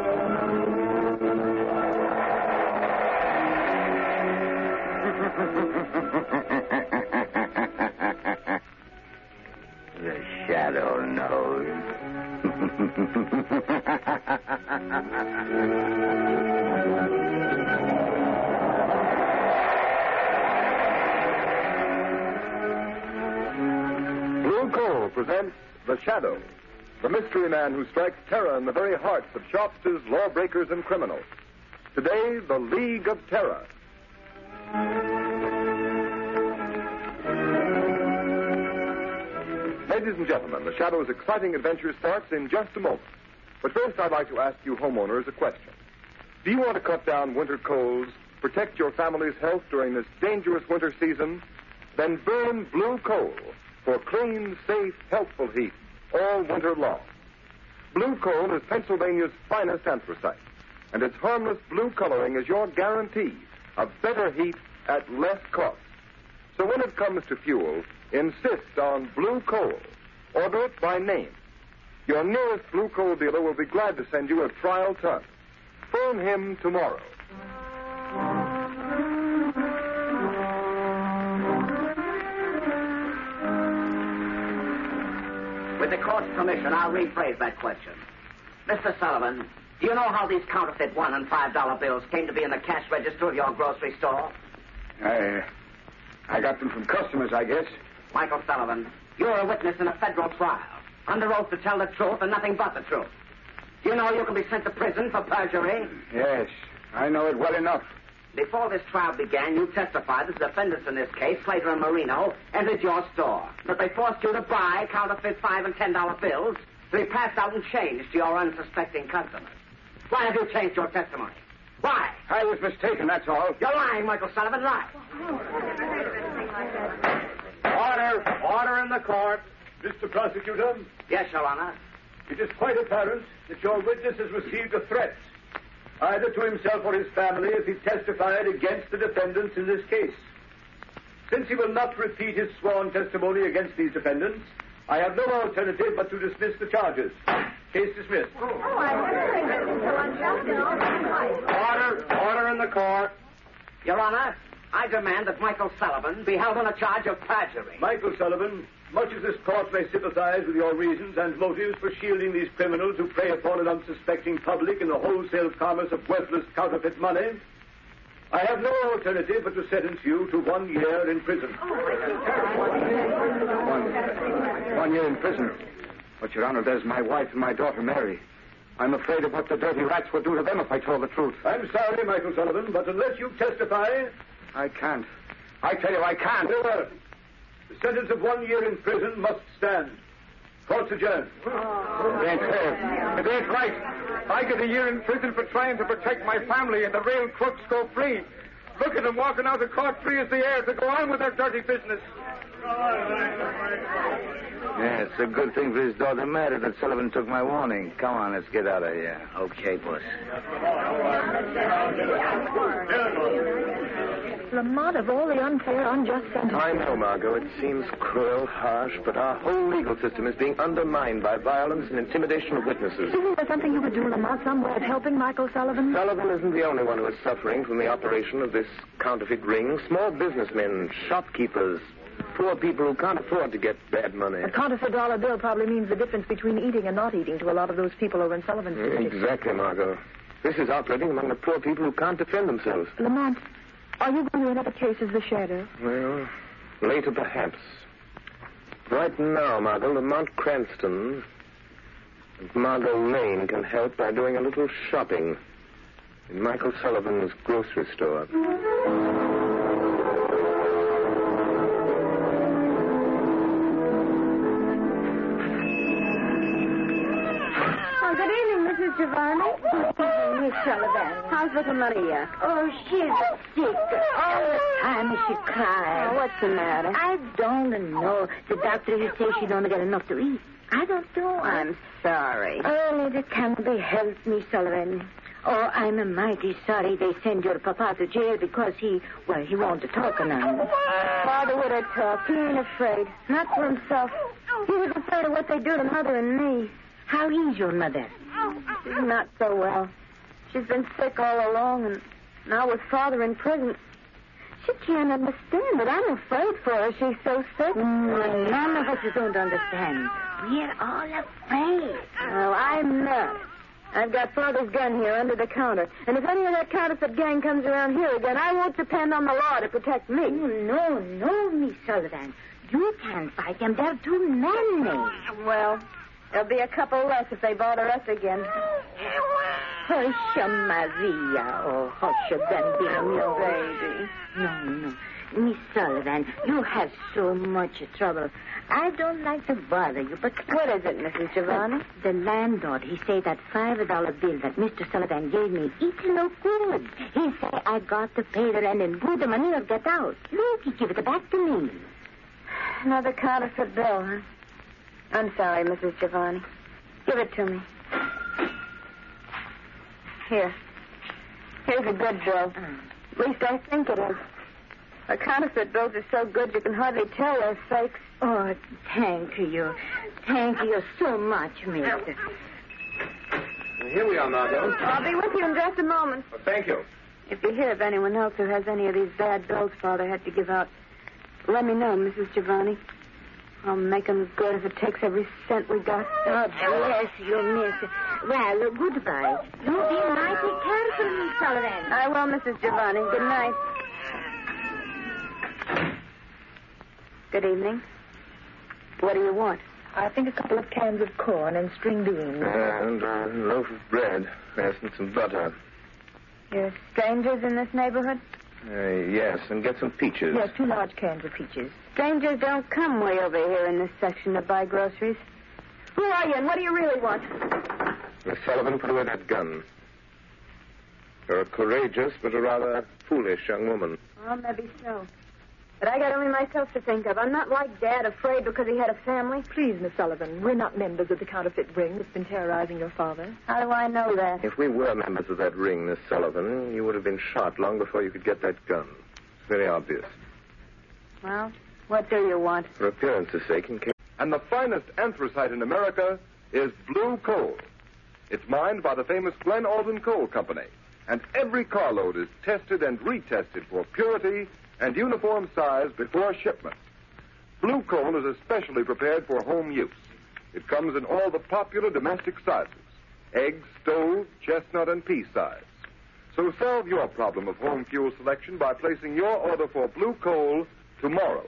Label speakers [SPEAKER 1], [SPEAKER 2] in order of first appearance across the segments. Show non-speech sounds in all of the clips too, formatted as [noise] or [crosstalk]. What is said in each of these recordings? [SPEAKER 1] [laughs]
[SPEAKER 2] Blue Coal presents The Shadow, the mystery man who strikes terror in the very hearts of shopsters, lawbreakers, and criminals. Today, The League of Terror. Ladies and gentlemen, The Shadow's exciting adventure starts in just a moment. But first, I'd like to ask you homeowners a question. Do you want to cut down winter colds, protect your family's health during this dangerous winter season? Then burn blue coal for clean, safe, helpful heat all winter long. Blue coal is Pennsylvania's finest anthracite, and its harmless blue coloring is your guarantee of better heat at less cost. So when it comes to fuel, insist on blue coal. Order it by name. Your nearest blue coal dealer will be glad to send you a trial ton. Phone him tomorrow.
[SPEAKER 3] With the court's permission, I'll rephrase that question. Mr. Sullivan, do you know how these counterfeit one and five dollar bills came to be in the cash register of your grocery store?
[SPEAKER 1] [laughs] I, I got them from customers, I guess.
[SPEAKER 3] Michael Sullivan, you're a witness in a federal trial, under oath to tell the truth and nothing but the truth. Do you know you can be sent to prison for perjury?
[SPEAKER 1] Yes, I know it well enough.
[SPEAKER 3] Before this trial began, you testified that the defendants in this case, Slater and Marino, entered your store. That they forced you to buy counterfeit five and ten dollar bills to be passed out and changed to your unsuspecting customers. Why have you changed your testimony? Why?
[SPEAKER 1] I was mistaken, that's all.
[SPEAKER 3] You're lying, Michael Sullivan, lying.
[SPEAKER 4] Order! Order in the court. Mr. Prosecutor,
[SPEAKER 3] Yes, Your Honor.
[SPEAKER 4] it is quite apparent that your witness has received a threat, either to himself or his family, if he testified against the defendants in this case. Since he will not repeat his sworn testimony against these defendants, I have no alternative but to dismiss the charges. Case dismissed. Order! Order in the court.
[SPEAKER 3] Your Honor, I demand that Michael Sullivan be held on a charge of perjury.
[SPEAKER 4] Michael Sullivan, much as this court may sympathize with your reasons and motives for shielding these criminals who prey upon an unsuspecting public in the wholesale commerce of worthless counterfeit money, I have no alternative but to sentence you to one year in prison.
[SPEAKER 1] One, one year in prison. But, Your Honor, there's my wife and my daughter, Mary. I'm afraid of what the dirty rats will do to them if I told the truth.
[SPEAKER 4] I'm sorry, Michael Sullivan, but unless you testify,
[SPEAKER 1] I can't. I tell you, I can't.
[SPEAKER 4] there were. The sentence of one year in prison must stand. Court's adjourned.
[SPEAKER 1] It ain't fair. It ain't right. I get a year in prison for trying to protect my family, and the real crooks go free. Look at them walking out of court free as the air to go on with their dirty business.
[SPEAKER 5] Yeah, it's a good thing for his daughter Mary that Sullivan took my warning. Come on, let's get out of here. Okay, boss.
[SPEAKER 6] Lamont, of all the unfair, unjust sentences.
[SPEAKER 5] I know, Margot. It seems cruel, harsh, but our whole legal system is being undermined by violence and intimidation of witnesses.
[SPEAKER 6] Isn't there something you could do, Lamont, some way of helping Michael Sullivan?
[SPEAKER 5] Sullivan isn't the only one who is suffering from the operation of this counterfeit ring. Small businessmen, shopkeepers, poor people who can't afford to get bad money.
[SPEAKER 6] A counterfeit dollar bill probably means the difference between eating and not eating to a lot of those people over in Sullivan's district.
[SPEAKER 5] Exactly, Margot. This is operating among the poor people who can't defend themselves.
[SPEAKER 6] Lamont, are you going to another case as the shadow?
[SPEAKER 5] Well, later perhaps. Right now, Margot, Lamont Cranston and Margot Lane can help by doing a little shopping in Michael Sullivan's grocery store.
[SPEAKER 7] Oh, good evening, Mrs. Giovanni. Miss Sullivan. How's little Maria? Oh, she's sick. All the time she cries. Oh, what's the matter? I don't know. The doctor just says she don't get enough to eat. I don't know. I'm sorry. Oh, Lady Campbell, help me, Sullivan. Oh, I'm mighty sorry they send your papa to jail because he, well, he won't talk enough. Father would have talked. He ain't afraid. Not for himself. He was afraid of what they do to mother and me. How is your mother? Not so well. She's been sick all along, and now with father in prison. She can't understand it. I'm afraid for her. She's so Mm, sick. none of us don't understand. We're all afraid. Oh,
[SPEAKER 8] I've got father's gun here under the counter. And if any of that counterfeit gang comes around here again, I won't depend on the law to protect me.
[SPEAKER 7] Oh, No, no, Miss Sullivan. You can't fight them. They're too manly.
[SPEAKER 8] Well, there'll be a couple less if they bother us again.
[SPEAKER 7] Oh, Hush, Maria. Oh, hush again, dear
[SPEAKER 8] Oh,
[SPEAKER 7] me.
[SPEAKER 8] baby.
[SPEAKER 7] No, no. Miss Sullivan, you have so much trouble. I don't like to bother you, but
[SPEAKER 8] What is it, Mrs. Giovanni?
[SPEAKER 7] The landlord, he say that five dollar bill that Mr. Sullivan gave me, it no good. He say I got to pay the rent and good the money will get out. Look, he give it back to me.
[SPEAKER 8] Another counterfeit bill, huh? I'm sorry, Mrs. Giovanni. Give it to me. Here. Here's a good bill. At least I think it is. The counterfeit bills are so good you can hardly tell they're fakes.
[SPEAKER 7] Oh, thank you. Thank you so much, mister.
[SPEAKER 4] Here we are, Margot.
[SPEAKER 8] I'll be with you in just a moment.
[SPEAKER 4] Thank you.
[SPEAKER 8] If you hear of anyone else who has any of these bad bills Father had to give out, let me know, Mrs. Giovanni. I'll make 'em good if it takes every cent we got.
[SPEAKER 7] Oh, bless you, mister. Well, goodbye. You be mighty careful, Miss Sullivan.
[SPEAKER 8] I will, Mrs. Giovanni. Good night. Good evening. What do you want?
[SPEAKER 9] I think a couple of cans of corn and string beans.
[SPEAKER 4] And a loaf of bread. Yes, and some butter.
[SPEAKER 9] You're strangers in this neighborhood?
[SPEAKER 4] Uh, yes, and get some peaches.
[SPEAKER 9] Yes, two large cans of peaches.
[SPEAKER 8] Strangers don't come way over here in this section to buy groceries. Who are you and what do you really want?
[SPEAKER 4] Miss Sullivan, put away that gun. You're a courageous but a rather foolish young woman.
[SPEAKER 8] Well, maybe so. But I got only myself to think of. I'm not like Dad, afraid because he had a family.
[SPEAKER 9] Please, Miss Sullivan, we're not members of the counterfeit ring that's been terrorizing your father.
[SPEAKER 8] How do I know that?
[SPEAKER 4] If we were members of that ring, Miss Sullivan, you would have been shot long before you could get that gun. It's very obvious.
[SPEAKER 8] Well, what do you want?
[SPEAKER 4] For appearance's sake, in case.
[SPEAKER 2] And the finest anthracite in America is blue coal. It's mined by the famous Glen Alden Coal Company, and every carload is tested and retested for purity and uniform size before shipment. Blue coal is especially prepared for home use. It comes in all the popular domestic sizes egg, stove, chestnut, and pea size. So solve your problem of home fuel selection by placing your order for blue coal tomorrow.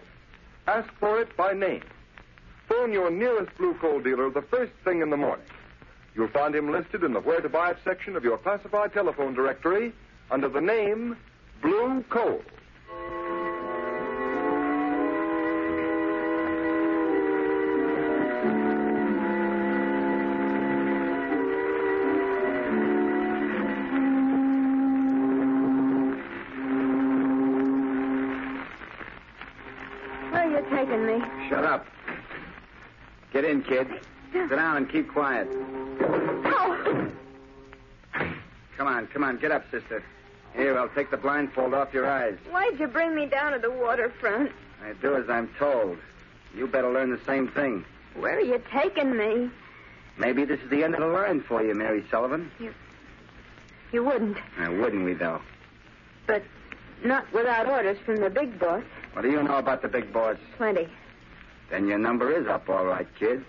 [SPEAKER 2] Ask for it by name. Phone your nearest blue coal dealer the first thing in the morning. You'll find him listed in the Where to Buy It section of your classified telephone directory under the name Blue Coal.
[SPEAKER 8] Where are you taking me?
[SPEAKER 1] Shut up. Get in, kid. Sit down and keep quiet.
[SPEAKER 8] Oh,
[SPEAKER 1] Come on, come on, get up, sister. Here, I'll take the blindfold off your eyes.
[SPEAKER 8] why'd you bring me down to the waterfront?
[SPEAKER 1] I do as I'm told. You better learn the same thing.
[SPEAKER 8] Where are you taking me?
[SPEAKER 1] Maybe this is the end of the line for you, Mary Sullivan.
[SPEAKER 8] You wouldn't,
[SPEAKER 1] Now, wouldn't we, though?
[SPEAKER 8] but not without orders from the big boss.
[SPEAKER 1] What do you know about the big boss?
[SPEAKER 8] Plenty.
[SPEAKER 1] Then your number is up, all right, kid.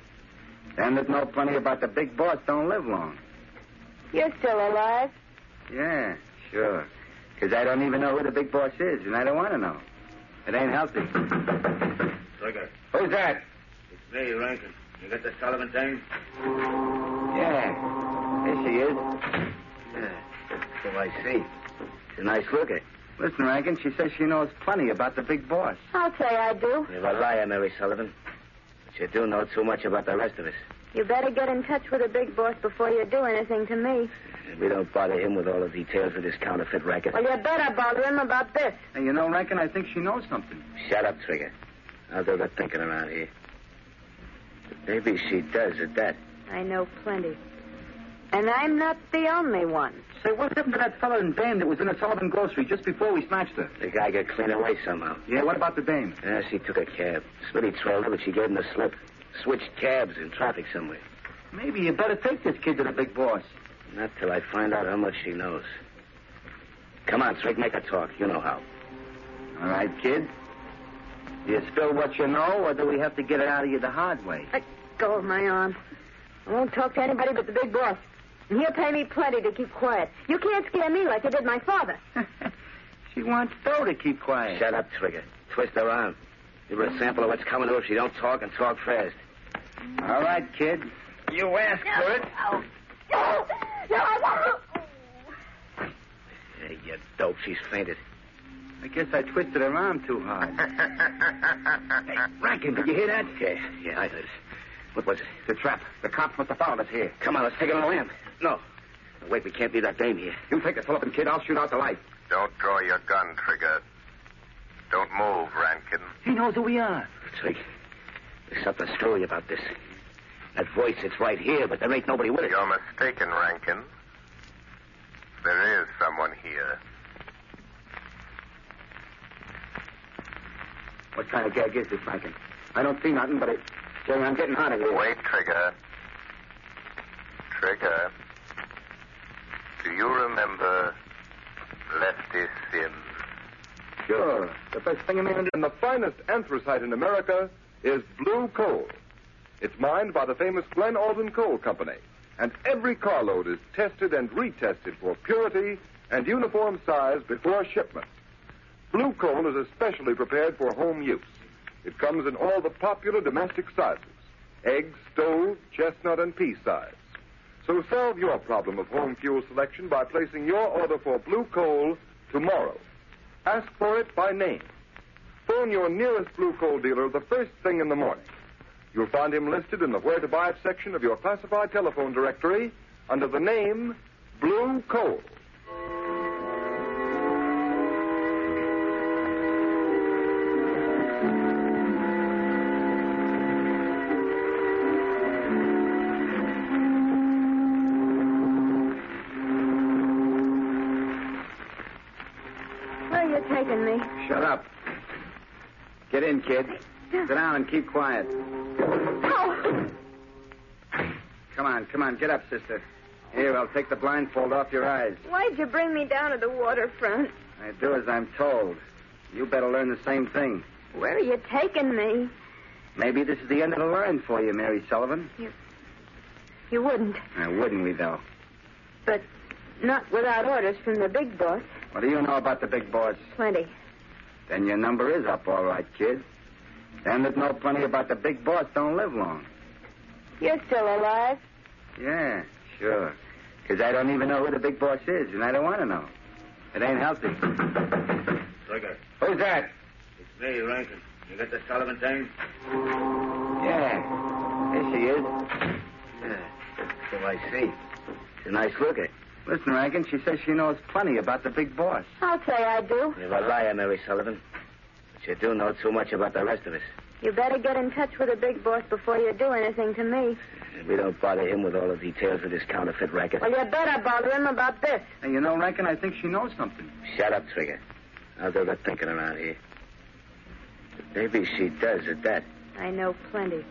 [SPEAKER 1] Them that know plenty about the big boss don't live long.
[SPEAKER 8] You're still alive.
[SPEAKER 1] Yeah, sure. Because I don't even know who the big boss is, and I don't want to know. It ain't healthy.
[SPEAKER 3] Trigger,
[SPEAKER 1] Who's that?
[SPEAKER 3] it's me, Rankin. You got the Sullivan thing?
[SPEAKER 1] Yeah, here she is. Yeah,
[SPEAKER 3] Oh,
[SPEAKER 1] so I see. She's a nice looker. Listen, Rankin, she says she knows plenty about the big boss.
[SPEAKER 8] I'll say I do.
[SPEAKER 3] You're a liar, Mary Sullivan. But you do know too much about the rest of us.
[SPEAKER 8] You better get in touch with the big boss before you do anything to me.
[SPEAKER 3] We don't bother him with all the details of this counterfeit racket.
[SPEAKER 8] Well, you better bother him about this.
[SPEAKER 1] Hey, you know, Rankin, I think she knows something.
[SPEAKER 3] Shut up, Trigger. I'll do the thinking around here. Maybe she does at that.
[SPEAKER 8] I know plenty. And I'm not the only one.
[SPEAKER 1] Say, what happened to that fellow in Dame that was in the Sullivan grocery just before we snatched her?
[SPEAKER 3] The guy got clean away somehow.
[SPEAKER 1] Yeah, what about the Dame?
[SPEAKER 3] Yeah, she took a cab. Smitty trailed her, but she gave him the slip. Switched cabs in traffic somewhere.
[SPEAKER 1] Maybe you better take this kid to the big boss.
[SPEAKER 3] Not till I find out how much she knows. Come on, Trigger, make her talk. You know how.
[SPEAKER 1] All right, kid. Do you spill what you know, or do we have to [laughs] get it out of you the hard way?
[SPEAKER 8] Let go of my arm. I won't talk to anybody but the big boss. And he'll pay me plenty to keep quiet. You can't scare me like you did my father.
[SPEAKER 3] She wants Doe to keep quiet. Shut up, Trigger. Twist her arm. Give her a sample of what's coming to her if she don't talk and talk fast. All right, kid. You asked for it.
[SPEAKER 8] No, no, I won't.
[SPEAKER 3] Hey, you dope. She's fainted.
[SPEAKER 1] I guess I twisted her arm too hard.
[SPEAKER 3] [laughs] hey, Rankin, did you hear that? Yeah, yeah, I heard it. What was it? The trap. The cops must have found us here. Come on, let's take it on the lamp. No. No, Wait, we can't leave that dame here. You take the Sullivan kid. I'll shoot out the light.
[SPEAKER 10] Don't draw your gun, Trigger. Don't move, Oh, Rankin.
[SPEAKER 3] He knows who we are. Trick. Ah, There's something screwy about this. That voice, it's right here, but there ain't nobody with it.
[SPEAKER 10] You're mistaken, Rankin. There is someone here.
[SPEAKER 1] What kind of gag is this, Rankin? I don't see nothing, but it. Jerry, I'm getting hot in here.
[SPEAKER 10] Wait, Trigger. Trigger. Do you remember Lefty Sims?
[SPEAKER 2] Sure. The best thing a man and the finest anthracite in America is blue coal. It's mined by the famous Glen Alden Coal Company, and every carload is tested and retested for purity and uniform size before shipment. Blue coal is especially prepared for home use. It comes in all the popular domestic sizes egg, stove, chestnut, and pea size. So solve your problem of home fuel selection by placing your order for blue coal tomorrow. Ask for it by name. Phone your nearest blue coal dealer the first thing in the morning. You'll find him listed in the Where to Buy It section of your classified telephone directory under the name Blue Coal.
[SPEAKER 8] Where are you taking me?
[SPEAKER 1] Shut up. Get in, kid. Sit down and keep quiet.
[SPEAKER 8] Oh,
[SPEAKER 1] Come on, come on, get up, sister. Here, I'll take the blindfold off your eyes.
[SPEAKER 8] why'd you bring me down to the waterfront?
[SPEAKER 1] I do as I'm told. You better learn the same thing.
[SPEAKER 8] Where are you taking me?
[SPEAKER 1] Maybe this is the end of the line for you, Mary Sullivan.
[SPEAKER 8] You wouldn't,
[SPEAKER 1] Now, wouldn't we, though?
[SPEAKER 8] but not without orders from the big boss.
[SPEAKER 1] What do you know about the big boss?
[SPEAKER 8] Plenty.
[SPEAKER 1] Then your number is up, all right, kid. Them that know plenty about the big boss don't live long.
[SPEAKER 8] You're still alive.
[SPEAKER 1] Yeah, sure. Because I don't even know who the big boss is, and I don't want to know. It ain't healthy.
[SPEAKER 3] Trigger,
[SPEAKER 1] Who's that?
[SPEAKER 3] it's me, Rankin. You got the Sullivan dame?
[SPEAKER 1] Yeah, here she is.
[SPEAKER 3] So I see.
[SPEAKER 1] She's a nice looker. Listen, Rankin, she says she knows plenty about the big boss.
[SPEAKER 8] I'll say I do.
[SPEAKER 3] You're a liar, Mary Sullivan. But you do know too much about the rest of us.
[SPEAKER 8] You better get in touch with the big boss before you do anything to me.
[SPEAKER 3] We don't bother him with all the details of this counterfeit racket.
[SPEAKER 8] Well, you better bother him about this.
[SPEAKER 1] Hey, you know, Rankin, I think she knows something.
[SPEAKER 3] Shut up, Trigger. I'll do the thinking around here. Maybe she does at that.
[SPEAKER 8] I know plenty.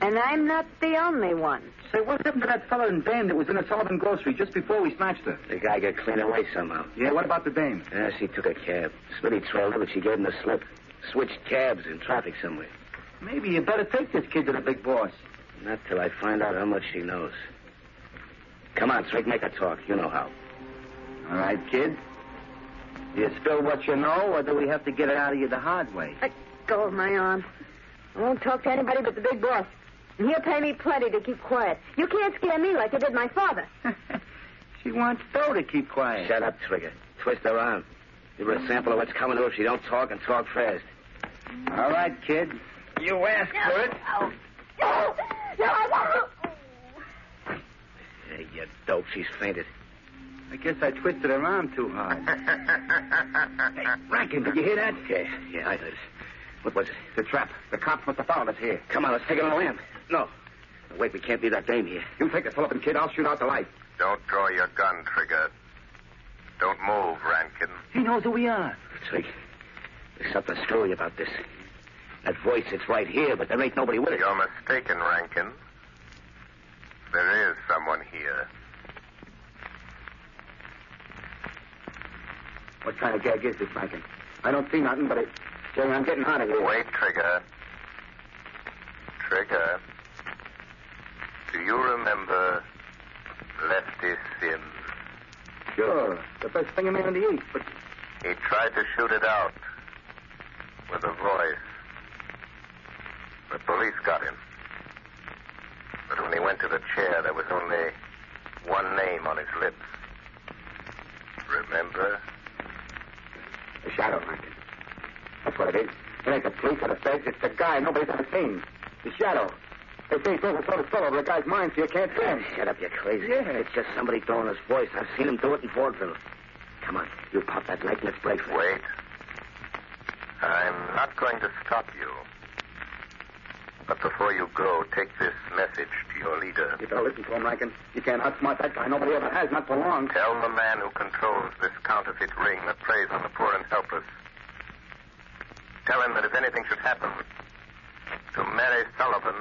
[SPEAKER 8] And I'm not the only one.
[SPEAKER 1] Say, what happened to that fellow in Dame that was in a Sullivan grocery just before we snatched her?
[SPEAKER 3] The guy got clean away somehow.
[SPEAKER 1] Yeah, what about the Dame?
[SPEAKER 3] Yeah, she took a cab. Smitty trailed her, but she gave him the slip. Switched cabs in traffic somewhere.
[SPEAKER 1] Maybe you better take this kid to the big boss.
[SPEAKER 3] Not till I find out how much she knows. Come on, Trick, make her talk. You know how.
[SPEAKER 1] All right, kid. Do you spill what you know, or do we have to get it out of you the hard way?
[SPEAKER 8] Let go of my arm. I won't talk to anybody but the big boss. And he'll pay me plenty to keep quiet. You can't scare me like you did my father.
[SPEAKER 1] [laughs] She wants Doe to keep quiet.
[SPEAKER 3] Shut up, Trigger. Twist her arm. Give her a sample of what's coming to her if she don't talk and talk fast.
[SPEAKER 1] All right, kid.
[SPEAKER 3] You asked for it.
[SPEAKER 8] No, no, I won't.
[SPEAKER 3] Hey, you dope. She's fainted.
[SPEAKER 1] I guess I twisted her arm too hard.
[SPEAKER 3] Rankin, did you hear that? Yeah, yeah, I heard it. What was it?
[SPEAKER 1] The trap. The cops must have found us here.
[SPEAKER 3] Come on, let's take it on the lamp. No. No, Wait, we can't leave that dame here.
[SPEAKER 1] You take the Sullivan kid. I'll shoot out the light.
[SPEAKER 10] Don't draw your gun, Trigger. Don't move, Rankin.
[SPEAKER 1] He knows who we are.
[SPEAKER 3] Trick, there's something screwy about this. That voice, it's right here, but there ain't nobody with it.
[SPEAKER 10] You're mistaken, Rankin. There is someone here.
[SPEAKER 1] What kind of gag is this, Rankin? I don't see nothing, but it. Jerry, I'm getting hot in here.
[SPEAKER 10] Wait, Trigger. Trigger. Do you remember Lefty
[SPEAKER 3] The best thing a man in the East, but
[SPEAKER 10] He tried to shoot it out with a voice. The police got him. But when he went to the chair, there was only one name on his lips. Remember?
[SPEAKER 3] the shadow hunting. That's what it is. It ain't the police or the feds. It's the guy nobody's ever seen. The shadow. They say he's over sort of fell over a guy's mind so you can't see him.
[SPEAKER 1] Shut up, you crazy. It's just somebody throwing his voice. I've seen him do it in vaudeville. Come on, you pop that light. Let's break for it.
[SPEAKER 10] Wait. I'm not going to stop you. But before you go, take this message to your leader.
[SPEAKER 3] You better listen to him, Rankin. You can't outsmart that guy. Nobody ever has, not for long.
[SPEAKER 10] Tell the man who controls this counterfeit ring that preys on the poor and helpless. Tell him that if anything should happen to Mary Sullivan,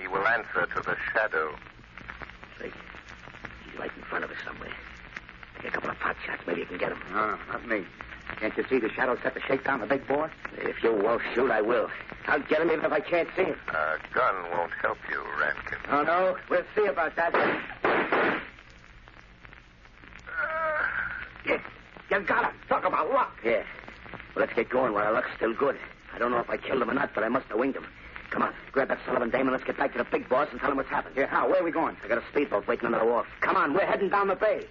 [SPEAKER 10] he will answer to the shadow.
[SPEAKER 1] He's right in front of us somewhere. Take a couple of pot shots. Maybe you can get him.
[SPEAKER 3] No, Ah, not me. Can't you see the shadow set to shake down the big boy?
[SPEAKER 1] If you won't shoot, I will. I'll get him even if I can't see him.
[SPEAKER 10] A gun won't help you, Rankin.
[SPEAKER 3] Oh, no. We'll see about that. Uh,
[SPEAKER 1] You, you got him. Talk about luck. Yeah. Well, let's get going while our luck's still good. I don't know if I killed him or not, but I must have winged him. Come on, grab that Sullivan dame and let's get back to the big boss and tell him what's happened.
[SPEAKER 3] Yeah, how? Where are we going?
[SPEAKER 1] I got a speedboat waiting on the wharf. Come on, we're heading down the bay.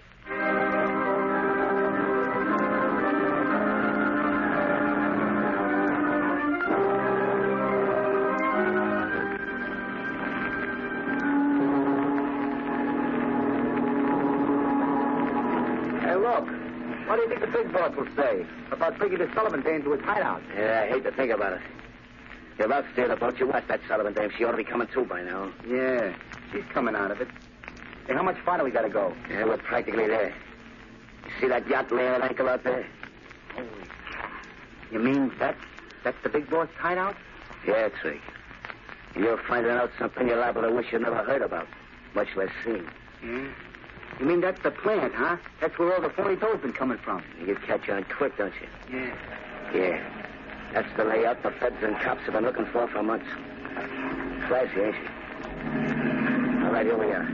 [SPEAKER 3] Hey, look. What do you think the big boss will say about bringing the Sullivan dame to his hideout?
[SPEAKER 1] Yeah, I hate to think about it. You're out steer the boat. You watch that Sullivan dame. She ought to be coming too by now.
[SPEAKER 3] Yeah, she's coming out of it. Hey, how much farther we got to go?
[SPEAKER 1] Yeah, we're practically there. You see that yacht laying at anchor out there?
[SPEAKER 3] You mean that? That's the big boss hideout?
[SPEAKER 1] Yeah, Twig. You're finding out something you're liable to wish you never heard about, much less seen.
[SPEAKER 3] Yeah. You mean that's the plant, huh? That's where all the phony dough's been coming from.
[SPEAKER 1] You catch on quick, don't you?
[SPEAKER 3] Yeah.
[SPEAKER 1] Yeah. That's the layout the feds and cops have been looking for for months. Flashy, ain't she? All right, here we are.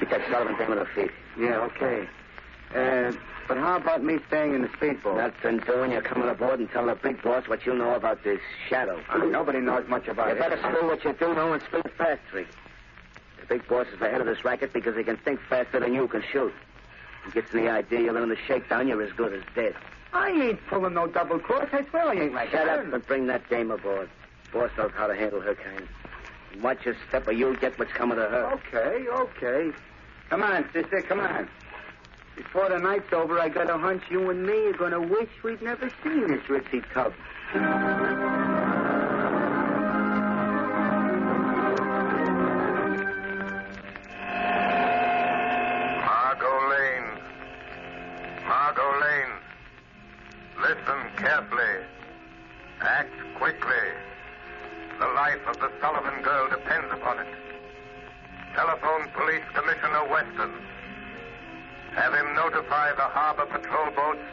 [SPEAKER 1] Get that Sullivan down on her feet.
[SPEAKER 3] Yeah, okay. Uh, but how about me staying in the speedboat?
[SPEAKER 1] Nothing doing. You're coming aboard and tell the big boss what you know about this shadow.
[SPEAKER 3] Uh, nobody knows much about
[SPEAKER 1] You
[SPEAKER 3] it.
[SPEAKER 1] better spill what you do know and spill it fast, Rick. The big boss is the head of this racket because he can think faster than you can shoot. He gets any idea you learn the shakedown, you're as good as dead.
[SPEAKER 3] I ain't pulling no double cross. I swear I ain't like
[SPEAKER 1] Shut
[SPEAKER 3] that.
[SPEAKER 1] up and bring that dame aboard. Boss knows how to handle her kind. And Watch your step or you'll get what's coming to
[SPEAKER 3] Oh,
[SPEAKER 1] her.
[SPEAKER 3] Okay, okay. Come on, sister, come on. Before the night's over, I got a hunch you and me are going to wish we'd never seen this ritzy tub.
[SPEAKER 10] Margot Lane. Margot Lane. Listen carefully. Act quickly. The life of the Sullivan girl depends upon it. Telephone Police Commissioner Weston. Have him notify the harbor patrol boats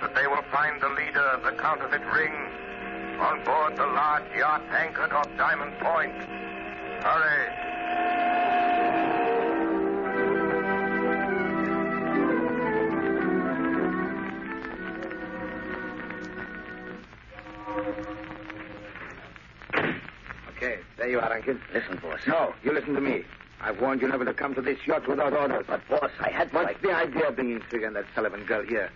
[SPEAKER 10] that they will find the leader of the counterfeit ring on board the large yacht anchored off Diamond Point. Hurry.
[SPEAKER 3] Okay, there you are, Rankin.
[SPEAKER 1] Listen, boss.
[SPEAKER 3] No, you listen to me. I've warned you never to come to this yacht without orders.
[SPEAKER 1] But, boss, I had
[SPEAKER 3] What's
[SPEAKER 1] my...
[SPEAKER 3] the idea of bringing Trigger and that Sullivan girl here?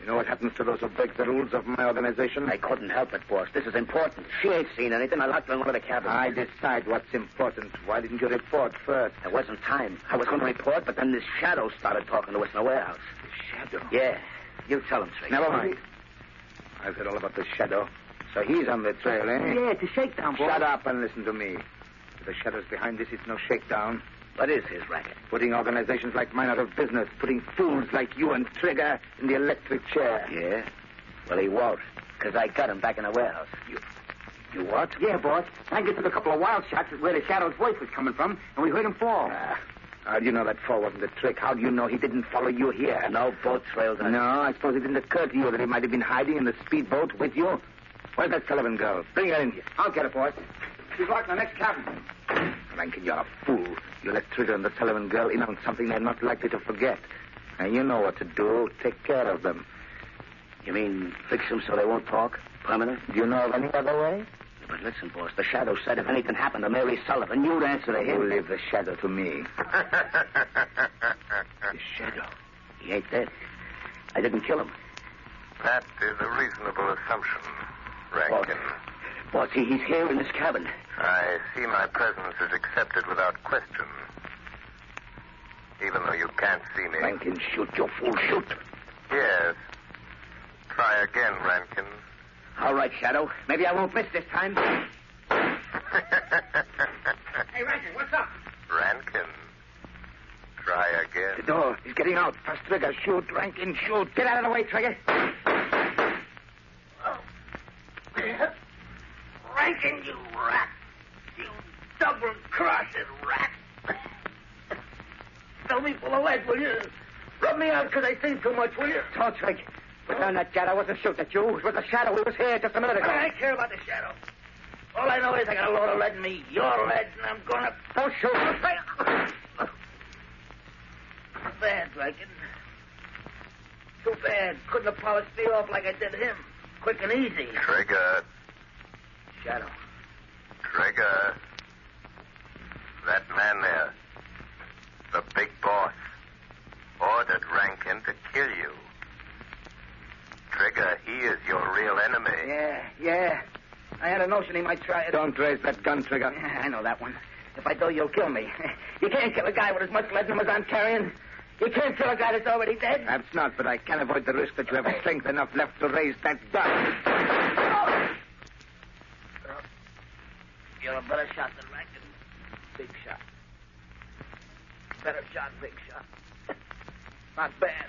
[SPEAKER 3] You know what happens to those who break the rules of my organization?
[SPEAKER 1] I couldn't help it, boss. This is important. She ain't seen anything. I locked her in one of the cabins.
[SPEAKER 3] I decide what's important. Why didn't you report first?
[SPEAKER 1] There wasn't time. I was going to report, but then this shadow started talking to us in the warehouse.
[SPEAKER 3] Shadow.
[SPEAKER 1] Yeah. You tell him, Trigger.
[SPEAKER 3] Never mind. I've heard all about the shadow. So he's on the trail, eh?
[SPEAKER 1] Yeah, it's a shakedown, boss.
[SPEAKER 3] Shut up and listen to me. If the shadow's behind this, it's no shakedown.
[SPEAKER 1] What is his racket?
[SPEAKER 3] Putting organizations like mine out of business, putting fools like you and Trigger in the electric chair.
[SPEAKER 1] Yeah? Well, he won't, because I got him back in the warehouse. You, you what?
[SPEAKER 3] Yeah, boss. Rankin took a couple of wild shots at where the shadow's voice was coming from, and we heard him fall.
[SPEAKER 1] Ah.
[SPEAKER 3] how do you know that fall wasn't a trick? How do you know he didn't follow you here?
[SPEAKER 1] No boat trails on
[SPEAKER 3] No, I suppose it didn't occur to you that he might have been hiding in the speedboat with you. Where's that Sullivan girl? Bring her in here. I'll get her, boss. She's locked in the next cabin.
[SPEAKER 1] Rankin, you're a fool. You let Trigger and the Sullivan girl in on something they're not likely to forget. And you know what to do. Take care of them.
[SPEAKER 3] You mean fix them so they won't talk? Permanent?
[SPEAKER 1] Do you know of any other way?
[SPEAKER 3] But listen, boss, the shadow said if anything happened to Mary Sullivan, you'd answer to him.
[SPEAKER 1] You leave the shadow to me.
[SPEAKER 10] [laughs] the
[SPEAKER 1] shadow?
[SPEAKER 3] uh, He ain't dead. I didn't kill him.
[SPEAKER 10] That is a reasonable assumption, Rankin.
[SPEAKER 3] Boss, he, he's here in this cabin.
[SPEAKER 10] I see my presence is accepted without question. Even though you can't see me.
[SPEAKER 1] Rankin, shoot, you fool, shoot.
[SPEAKER 10] Yes. Try again, Rankin. [laughs]
[SPEAKER 3] All right, Shadow. Maybe I won't miss this time.
[SPEAKER 10] hey,
[SPEAKER 3] Rankin, what's up?
[SPEAKER 10] Rankin. Try again.
[SPEAKER 1] The door. He's getting out. First trigger. Shoot, Rankin, shoot.
[SPEAKER 3] Get out of the way, Trigger.
[SPEAKER 11] Rankin, you rat. You double crossed rat. Fill me full of lead, will you? Rub me out because I think too much, will you?
[SPEAKER 3] Tall Trigger. Put down that gun. I wasn't shooting at you. It was the shadow. It was here just a minute ago.
[SPEAKER 11] I don't care about the shadow. All I know is I got a load of lead in me, your lead, and I'm gonna.
[SPEAKER 3] Don't shoot.
[SPEAKER 11] Not bad, Rankin. Too bad. Couldn't have polished me off like I did him. Quick and easy.
[SPEAKER 10] Trigger.
[SPEAKER 11] Shadow.
[SPEAKER 10] Trigger. That man there. The big boss. Ordered Rankin to kill you. Trigger, he is your real enemy.
[SPEAKER 11] Yeah, yeah. I had a notion he might try it.
[SPEAKER 1] Don't raise that gun, Trigger.
[SPEAKER 11] Yeah, I know that one. If I do, you'll kill me. [laughs] You can't kill a guy with as much lead in him as I'm carrying. You can't kill a guy that's already dead.
[SPEAKER 1] Perhaps not, but I can avoid the risk that you have strength enough left to raise that gun.
[SPEAKER 11] Oh. You're a better shot than Rankin. Big shot. Better shot, big shot. [laughs] Not bad.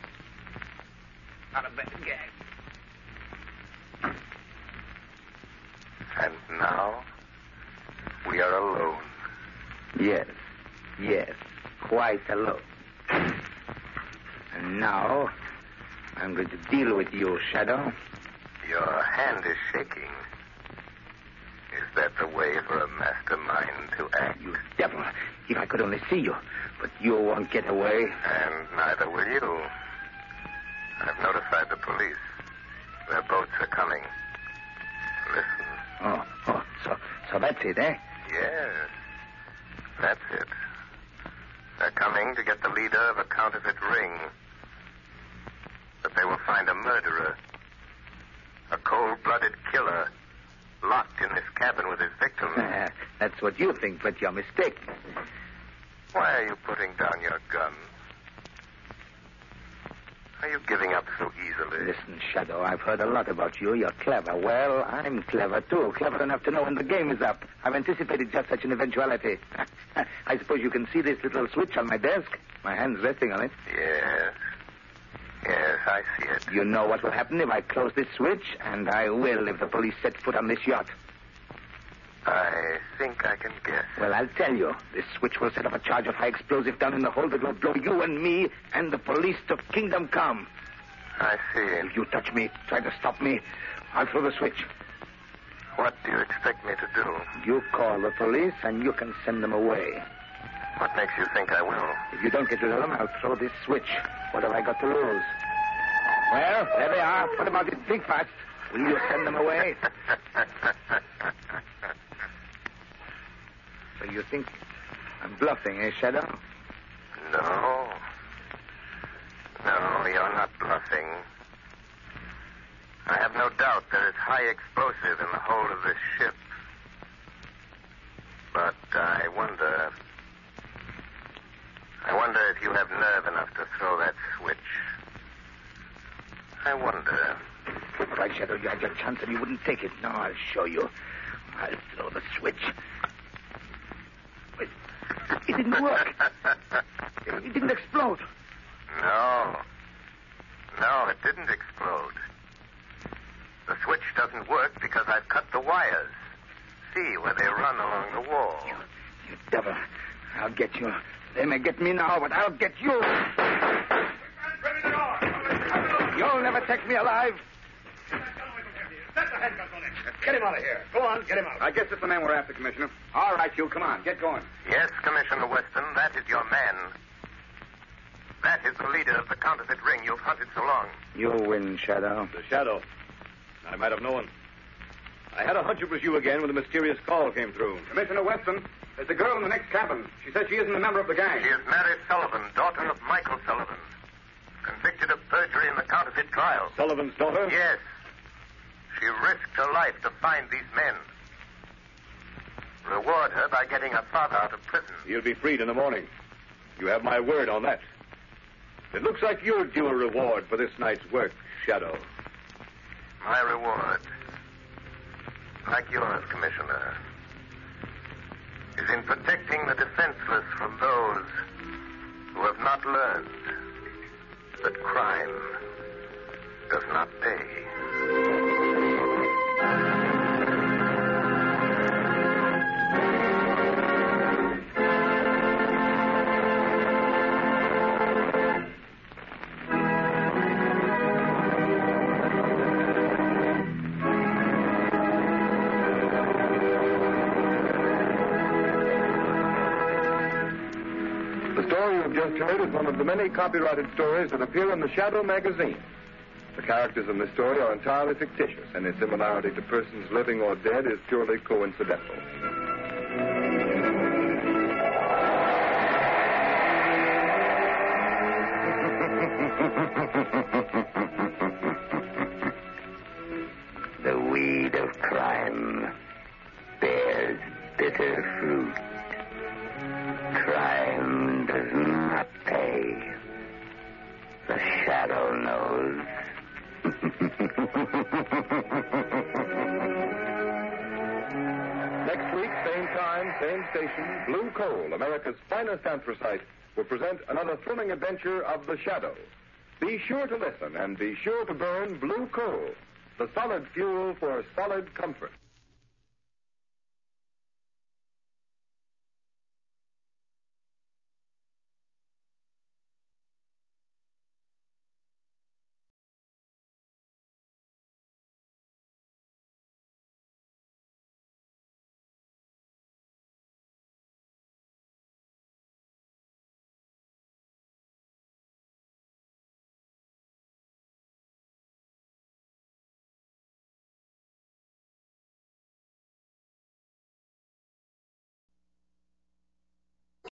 [SPEAKER 11] Not a bad gag.
[SPEAKER 10] And now, we are alone.
[SPEAKER 1] Yes. Yes. Quite alone. And now, I'm going to deal with you, Shadow.
[SPEAKER 10] Your hand is shaking. Is that the way for a mastermind to act?
[SPEAKER 1] You devil. If I could only see you. But you won't get away.
[SPEAKER 10] And neither will you. I've notified the police. Their boats are coming. Listen.
[SPEAKER 1] Oh, [laughs] oh, so, so that's it, eh? [laughs]
[SPEAKER 10] Yes. That's it. They're coming to get the leader of a counterfeit ring. But they will find a murderer. A cold blooded killer locked in this cabin with his
[SPEAKER 1] [laughs]
[SPEAKER 10] victim.
[SPEAKER 1] That's what you think, but you're mistaken.
[SPEAKER 10] Why are you putting down your gun? Are you giving up so easily?
[SPEAKER 1] Listen, Shadow, I've heard a lot about you. You're clever. Well, I'm clever, too. Clever enough to know when the game is up. I've anticipated just such an eventuality. [laughs] I suppose you can see this little switch on my desk. My hand's resting on it.
[SPEAKER 10] Yes. Yes, I see it.
[SPEAKER 1] You know what will happen if I close this switch, and I will if the police set foot on this yacht.
[SPEAKER 10] I think I can guess.
[SPEAKER 1] Well, I'll tell you. This switch will set up a charge of high explosive down in the hole that will blow you and me and the police to kingdom come.
[SPEAKER 10] I see.
[SPEAKER 1] If you touch me, try to stop me, I'll throw the switch.
[SPEAKER 10] What do you expect me to do?
[SPEAKER 1] You call the police, and you can send them away.
[SPEAKER 10] What makes you think I will?
[SPEAKER 1] If you don't get rid of them, I'll throw this switch. What have I got to lose? Well, there they are. Put them out in big fast. Will you send them
[SPEAKER 10] [laughs]
[SPEAKER 1] away? so you think I'm bluffing, eh, Shadow?
[SPEAKER 10] No. No, you're not bluffing. I have no doubt there is high explosive in the hold of this ship. But I wonder. I wonder if you have nerve enough to throw that switch. I wonder.
[SPEAKER 1] All right, Shadow, you had your chance and you wouldn't take it. Now I'll show you. I'll throw the switch. But it didn't work.
[SPEAKER 10] [laughs]
[SPEAKER 1] it didn't explode.
[SPEAKER 10] No. No, it didn't explode. The switch doesn't work because I've cut the wires. See where they run along the wall.
[SPEAKER 1] You devil. I'll get you. They may get me now, but I'll get you. You'll never take me alive.
[SPEAKER 11] Set
[SPEAKER 12] Get the handcuffs on him. Get him out of here. Go on, get him out.
[SPEAKER 13] I guess that's the man we're after, Commissioner. All right, you, come on. Get going.
[SPEAKER 10] Yes, Commissioner Weston, that is your man. That is the leader of the counterfeit ring you've hunted so long.
[SPEAKER 14] You win, Shadow.
[SPEAKER 4] The shadow. I might have known. I had a hunch it was you again when the mysterious call came through.
[SPEAKER 13] Commissioner Weston, there's a girl in the next cabin. She says she isn't a member of the gang.
[SPEAKER 10] She is Mary Sullivan, daughter of Michael Sullivan, convicted of perjury in the counterfeit trial.
[SPEAKER 4] Sullivan's daughter?
[SPEAKER 10] Yes. She risked her life to find these men. Reward her by getting her father out of prison.
[SPEAKER 4] He'll be freed in the morning. You have my word on that. It looks like you're due a reward for this night's work, Shadow.
[SPEAKER 10] My reward, like yours, Commissioner, is in protecting the defenseless from those who have not learned that crime does not pay.
[SPEAKER 2] The story you have just heard is one of the many copyrighted stories that appear in the Shadow magazine. The characters in this story are entirely fictitious, and its similarity to persons living or dead is purely coincidental.
[SPEAKER 1] The weed of crime bears bitter fruit. Crime does not pay. The shadow knows. [laughs]
[SPEAKER 2] Next week, same time, same station, Blue Coal, America's finest anthracite, will present another thrilling adventure of the shadow. Be sure to listen and be sure to burn Blue Coal, the solid fuel for solid comfort.